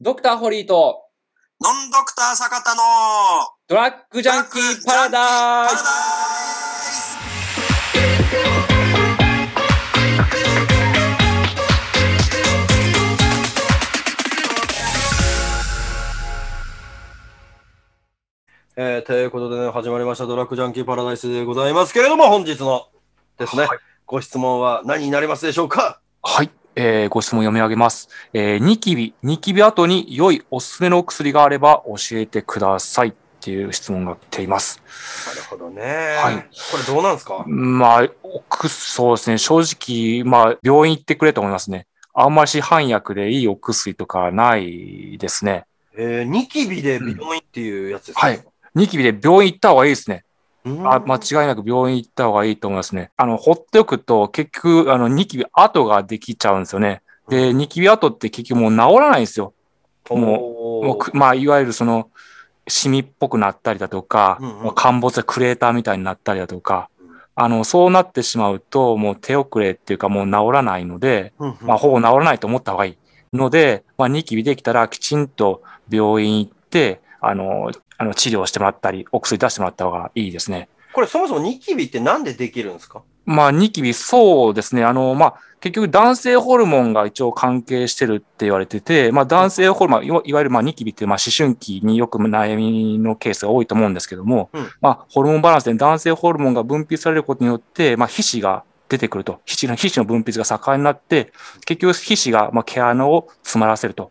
ドクターホリーとノンドクター坂田のドラッグジャンキーパラダイスえー、ということでね、始まりましたドラッグジャンキーパラダイスでございますけれども、本日のですね、はいご質問は何になりますでしょうかはい。えーご質問読み上げます。えーニキビ、ニキビ後に良いおすすめのお薬があれば教えてくださいっていう質問が来ています。なるほどね。はいこれどうなんですかまあ、おくそうですね。正直、まあ、病院行ってくれと思いますね。あんまり市販薬でいいお薬とかないですね。えー、ニキビで美容院っていうやつですか、はい。ニキビで病院行った方がいいですね。うん。あ間違いなく病院行った方がいいと思いますね。あの、放っておくと、結局、あの、ニキビ跡ができちゃうんですよね。で、ニキビ跡って結局もう治らないんですよ。ももうくまあ、いわゆるその、シミっぽくなったりだとか、うんうんまあ陥没でクレーターみたいになったりだとかうん、あの、そうなってしまうと、もう手遅れっていうかもう治らないので、うんうんまあ、ほぼ治らないと思った方がいい。ので、まあ、ニキビできたらきちんと病院行って、あの、あの治療してもらったり、お薬出してもらった方がいいですね。これそもそもニキビってなんでできるんですかまあ、ニキビ、そうですね。あの、まあ、結局男性ホルモンが一応関係してるって言われてて、まあ、男性ホルモン、いわいわゆるまあニキビってまあ思春期によく悩みのケースが多いと思うんですけども、うんまあ、ホルモンバランスで男性ホルモンが分泌されることによって、まあ、皮脂が出てくると。皮脂の、皮脂の分泌が盛んになって、結局皮脂がまあ毛穴を詰まらせると。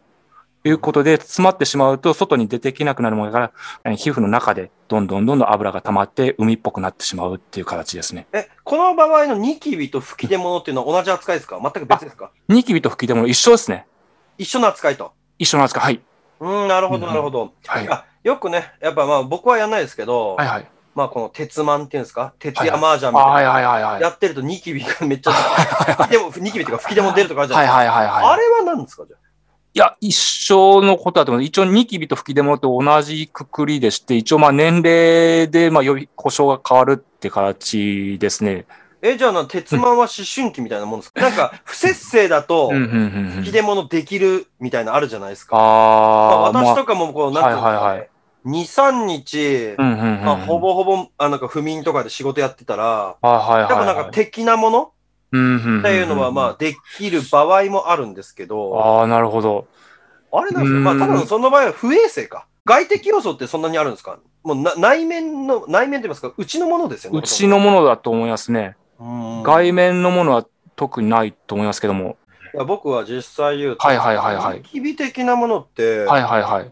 いうことで、詰まってしまうと、外に出てきなくなるものから、え皮膚の中で、どんどんどんどん油が溜まって、海っぽくなってしまうっていう形ですね。え、この場合のニキビと吹き出物っていうのは同じ扱いですか全く別ですかニキビと吹き出物一緒ですね。一緒の扱いと。一緒なんですかはい。うん、なるほど、うんなるほど。はい。はあよくね、やっぱまあ僕はやんないですけど、いはい。まあこの鉄マンっていうんですか、徹はい夜麻雀みたいな、はいはいはいはい。やはってるとニキビがめっちゃ、でもニキビとか吹き出も出るとかあるじゃないいですか。はいはいあはい。れは何ですかじゃいや、一緒のことだと思います。一応ニキビと吹き出物と同じくくりでして、一応まあ年齢でまあより故障が変わるって形ですね。あ。え、じゃあな、鉄マンは思春期みたいなもんですか、なんか、不節制だとうん、うんうんう吹きん。出物できるみたいなのあるじゃないですか。まあああ、ま私あ、とかもこう、なんていうのはいはいは2、3日、うんうんうん。まあ、ほ。ぼほぼ、あなんか不眠とかで仕事やってたら、はいはい多はい分は。ないんか的なものうんうんんんっていうのは、まあ、できる場合もあるんですけど、ああ、なるほど。あれなんですよ。まあ、うん多分その場合は不衛生か。外的要素ってそんなにあるんですかもうな内面の、内面と言いますか、うちのものですよね。うちのものだと思いますね。うん、外面のものは特にないと思いますけども。いや僕は実際言うと、はいはいはいはいニキビ的なものって、はいはいはい。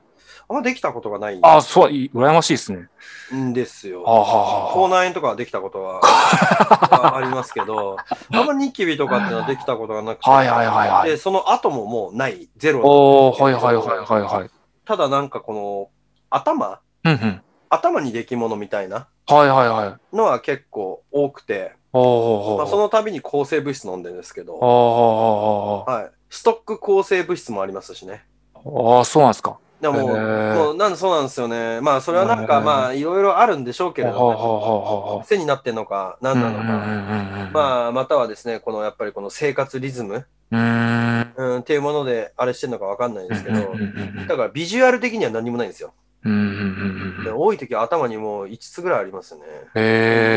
あんまできたことがないんああ、そう、い羨ましいですね。ですよ。ああ、はあはあ。口内炎とかはできたこ とははありますけど、あんまニキビとかっていうのはできたことがなくて、はいはいはいはいで、その後ももうない、ゼロ。おー、はいはいはいはいはい。ただなんかこの、頭うんうん。頭にできものみたいなはいはいはい。のは結構多くて、おー、ままあ、その度に抗生物質飲んでるんですけど、おー、おー、はい、ストック抗生物質もありますしね。おー、あー、そうなんですか。でも、へーもうなんそうなんですよね。まあ、それはなんへか、ーまあ、いろいろあるんでしょうけおー、れおー、ど、ね、おー、おー、癖になってんのか、何なのか、まあ、まあ、またはですね、このやっぱりこの生活リズム、うーん。うん、っていうもので、あれしてんのかわかんないんですけどうん、うんだからビジュアル的には何もないんですよ。うんうんうんでうん。多い時は頭にもう5つぐらいありますよね。寝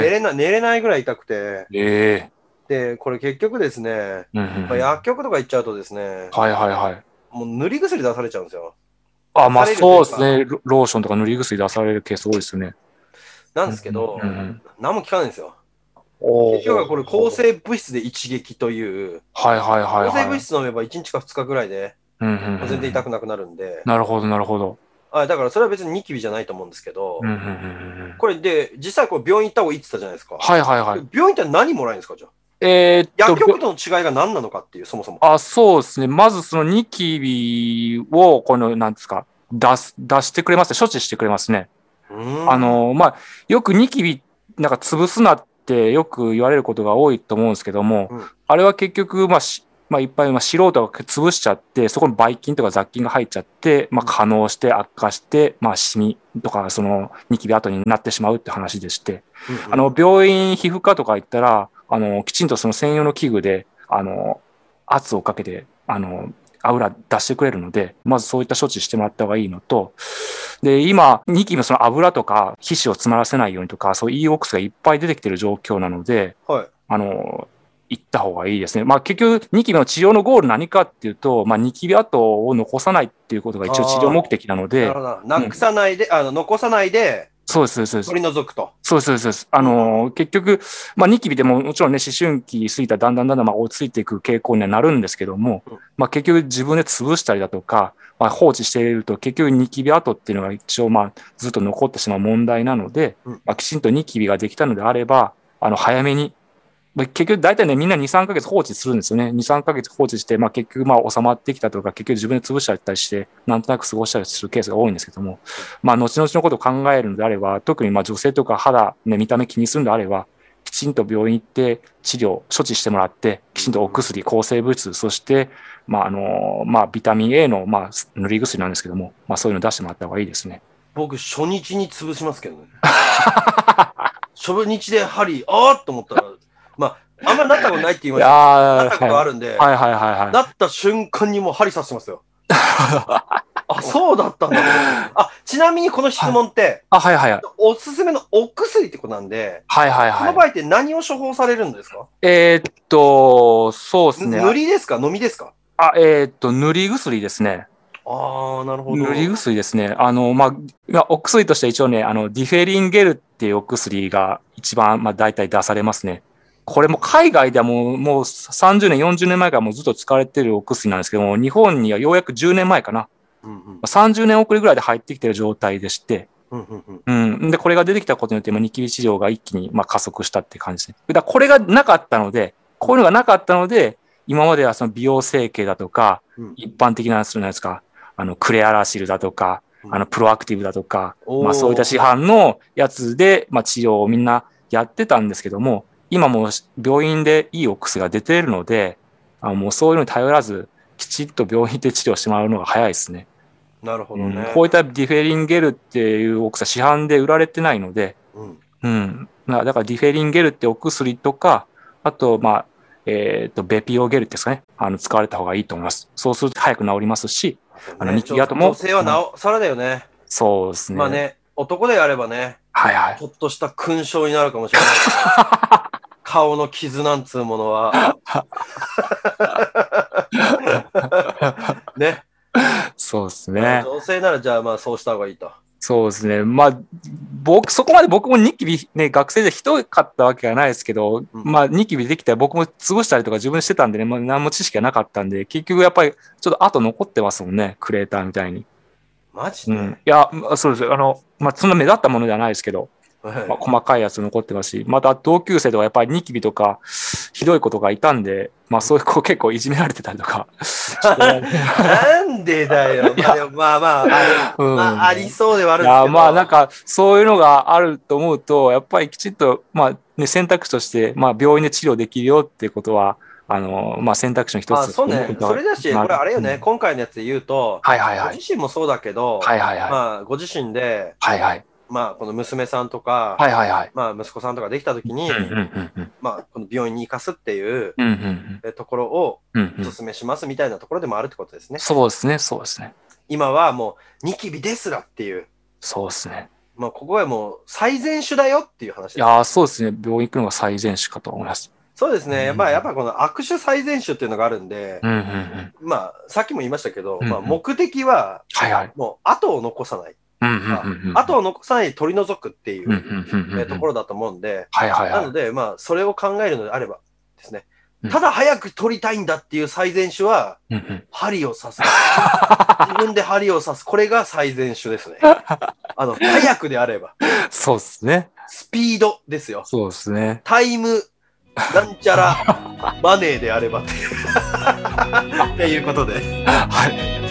えれな寝れないぐらい痛くて、ー。えで、これ結局ですね、ー。うんうんまあ、薬局とか行っちゃうとですね、はいはいはい。もう塗り薬出されちゃうんですよ。あ、まあ出されるというそうかですね。ロローションとか塗り薬出されるケース多いですよね。なんですけど、うんうんうん何も効かないんですよ。おー結局はこれ抗。生物質で一撃という、はいはいはいはい。抗生物質飲めば1日か2日ぐらいでもう全然痛く。くなくなるんで、なるほどなるほど。あだからそれは別にニキビじゃないと思うんですけどうん、うんうんうんうんこれで、実際こう病院行った方がいいって言ったじゃないですか。はいはいはい。病院って何もらえるんですかじゃあえーっと。薬局との違いが何なのかっていう、そもそも。あ、そうですね。まずそのニキビを、この、なんですか、出す、出してくれますね。処置してくれますね。ああ、の、まあ、よくニキビ、なんか潰すなってよく言われることが多いと思うんですけども、うんあれは結局、まあ、しまあ、いっぱい、まあ、素人が潰しちゃって、そこにばい菌とか雑菌が入っちゃって、まあ、可能して悪化して、まあ、シミとか、その、ニキビ後になってしまうって話でして。あの、病院、皮膚科とか行ったら、あの、きちんとその専用の器具で、あの、圧をかけて、あの、アウラ出してくれるので、まずそういった処置してもらった方がいいのと、で、今、ニキビのその油とか皮脂を詰まらせないようにとか、そういう EOX がいっぱい出てきてる状況なので、はい。あの、行った方がいいですね。まあ結局、ニキビの治療のゴール何かっていうと、まあニキビ跡を残さないっていうことが一応治療目的なのなるでほ、どな。なくさないで、あの、残さないで、そうです、そうです。取り除くと。そうですそうですそうです。あのー結局、まあ、ニキビでももちろんね、思春期過ぎたらだんだんだんだん、まあ、落ち着いていく傾向にはなるんですけども、うんまあ、結局自分で潰したりだとか、まあ、放置していると、結局ニキビ跡っていうのが一応、まあ、ずっと残ってしまう問題なので、うんまあ、きちんとニキビができたのであれば、あの、早めに、まあ、結局大体ね、みんな2、3ヶ月放置するんですよね。2、3ヶ月放置して、まあ、結局、まあ、収まってきたとか、結局自分で潰しちゃったりして、なんとなく過ごしたりするケースが多いんですけども、まあ、後々のことを考えるのであれば、特にまあ女性とか肌、ね、見た目気にするのであれば、きちんと病院行って治療、処置してもらって、きちんとお薬、抗生物質、そして、まああのまあ、ビタミン A の、まあ、塗り薬なんですけども、まあ、そういうの出してもらった方がいいですね。僕、初日に潰しますけど ね。初日で針、あーっと思ったら、まあ、あんまなったことないって言いいましやたなったことあーるんで、はいはいはいはいはい。なった瞬間にもう針刺してま すよ。あ、そうだったんだ。あ、ちなみにこの質問って、あ、はいはいはい。おすすめのお薬ってことなんで、はいはいこはのい場。合って何を処方されるんですか、えーっと、そうですね。塗りですか飲みですかあ、えーっと、塗り薬ですね。ああ、なるほど。塗り薬ですね。あの、まあ、まあ、お薬として一応ね、あの、ディフェリンゲルっていうお薬が一番、まあ、大体出されますね。これも海外ではもう、もう30年、40年前からもうずっと使われてるお薬なんですけども、日本にはようやく10年前かな。うんうんまあ30年遅れぐらいで入ってきてる状態でして、うんうんうんうん。で、これが出てきたことによって、まあニキビ治療が一気に、まあ、加速したって感じですね。だからこれがなかったので、こういうのがなかったので、今まではその美容整形だとか、うん一般的なやつじゃないですか。あの、クレアラシルだとか、うんあの、プロアクティブだとか、おーまあ、そういった市販のやつで、まあ、治療をみんなやってたんですけども、今もう病院でいいお薬が出てるので、あもうそういうのに頼らず、きちっと病院で治療してもらうのが早いですね。なるほどうんね。こういったディフェリンゲルっていうお薬は市販で売られてないので、うんうん。なだからディフェリンゲルってお薬とか、あと、まあ、えっ、と、ベピオゲルですかね。あの、使われた方がいいと思います。そうすると早く治りますし、あのねニキビ跡も女性はなおさらだよね。そうですね。まあね、男であればね、はいはいち。ょっとした勲章になるかもしれない けど。顔の傷なんつうものは。ね。そうですね。女性ならじゃあまあそうした方がいいと。そうですね。まあ、僕、そこまで僕もニキビ、ね、学生でひどかったわけがないですけど、まあ、ニキビできたら僕も潰したりとか自分でしてたんでね、まあ、何も知識がなかったんで、結局やっぱり、ちょっと後残ってますもんね、クレーターみたいに。マジうで、ん。いや、まあそうです。あの、まあ、そんな目立ったものではないですけど、はいまあ、細かいやつ残ってますし、また同級生とかやっぱりニキビとか、ひどいことがいたんで、まあ、そういう子結構いじめられてたりとか。 なんでだよ。まあでもまあまあ、あうのんまあありそうではあるいんですけやど。まあなんかそういうのがあると思うとやっぱりきちっと、まあね、選択肢として、まあ、病院で治療できるよっていうことはあの、まあ、選択肢の一つまあそうね。それだし、これあれよね、今回のやつで言うと、はいはいはごい自身もそうだけど、はいはいはいまあご自身で、はいはいまあこの娘さんとか、はいはいはいまあ息子さんとかできたときに、うんうんうんうんまあこの病院に行かすっていううんうんえところをうんうおんうん勧めしますみたいなところでもあるってことですね。そうですねそうですね今はもうニキビですらっていう、そうですねまあここはもう最善手だよっていう話いです。やーそうですね病院行くのが最善手かと思いますそうですね。やっぱうんやっぱこの握手最善手っていうのがあるんで、うんうんうんまあさっきも言いましたけど、うんうんまあ目的ははいはいもう後を残さない。うんうんうんうん後を残さないで取り除くっていううんううんうんうんえところだと思うんで、はいはいなはのいでまあそれを考えるのであればですねうん。ただ早く取りたいんだっていう最善手は、うんうん針 を刺す。自分で針を刺す。これが最善手 ですね。あの、早くであれば。そうですねスピードですよ。そうです ねタイム、なん ちゃら、マネーであればっていうっていうことで。はい